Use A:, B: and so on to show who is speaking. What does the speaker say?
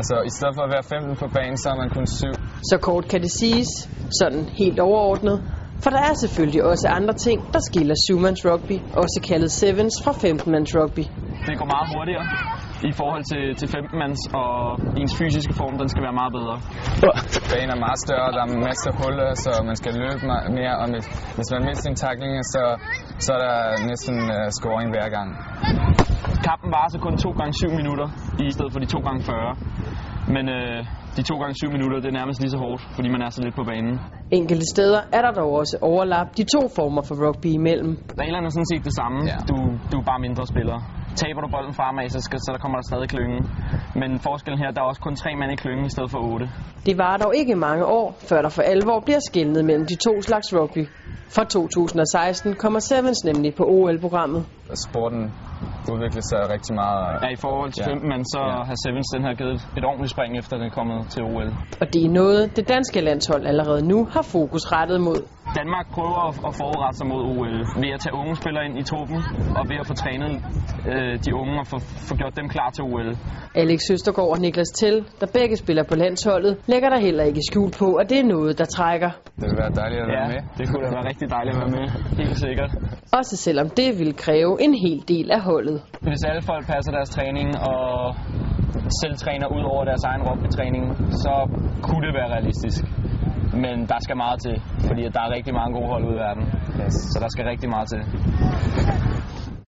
A: Altså, i stedet for at være 15 på banen, så er man kun 7.
B: Så kort kan det siges, sådan helt overordnet. For der er selvfølgelig også andre ting, der skiller 7-mands rugby, også kaldet sevens fra 15-mands rugby.
C: Det går meget hurtigere i forhold til, til 15-mands, og ens fysiske form, den skal være meget bedre.
A: Banen er meget større, der er masser af huller, så man skal løbe me- mere. Og hvis- hvis man mister en takling, så, så er der næsten uh, scoring hver gang.
C: Kampen varer så kun 2 gange 7 minutter, i stedet for de 2 gange 40. Men øh, de 2 gange 7 minutter, det er nærmest lige så hårdt, fordi man er så lidt på banen.
B: Enkelte steder er der dog også overlap de to former for rugby imellem.
C: Reglerne er sådan set det samme.
A: Ja.
C: Du, du er bare mindre spiller. Taber du bolden fremad, så, skal, så der kommer der stadig klyngen. Men forskellen her, der er også kun tre mand i klyngen i stedet for otte.
B: Det var dog ikke mange år, før der for alvor bliver skældnet mellem de to slags rugby. Fra 2016 kommer Sevens nemlig på OL-programmet.
A: Sporten udvikler sig rigtig meget. og
C: Ja, i forhold til
A: Ja.
C: 15 mand, så
A: Ja.
C: har Sevens den her givet et ordentligt spring, efter den er kommet til OL.
B: Og det er noget, det danske landshold allerede nu har fokus rettet mod.
C: Danmark prøver at, at forberede sig mod OL ved at tage unge spillere ind i truppen, og ved at få trænet øh, de unge og få, få gjort dem klar til OL.
B: Alex Søstergaard og Niklas Tell, der begge spiller på landsholdet, lægger der heller ikke skjul på, at det er noget, der trækker.
A: Det vil være dejligt at være med.
C: det kunne da være rigtig dejligt at være med, helt sikkert.
B: Også selvom det ville kræve en hel del af holdet.
C: Hvis alle folk passer deres træning og selv træner ud over deres egen rugbytræning, så kunne det være realistisk. Men der skal meget til, fordi at der er rigtig mange gode hold ude i verden.
A: Yes.
C: Så der skal rigtig meget til.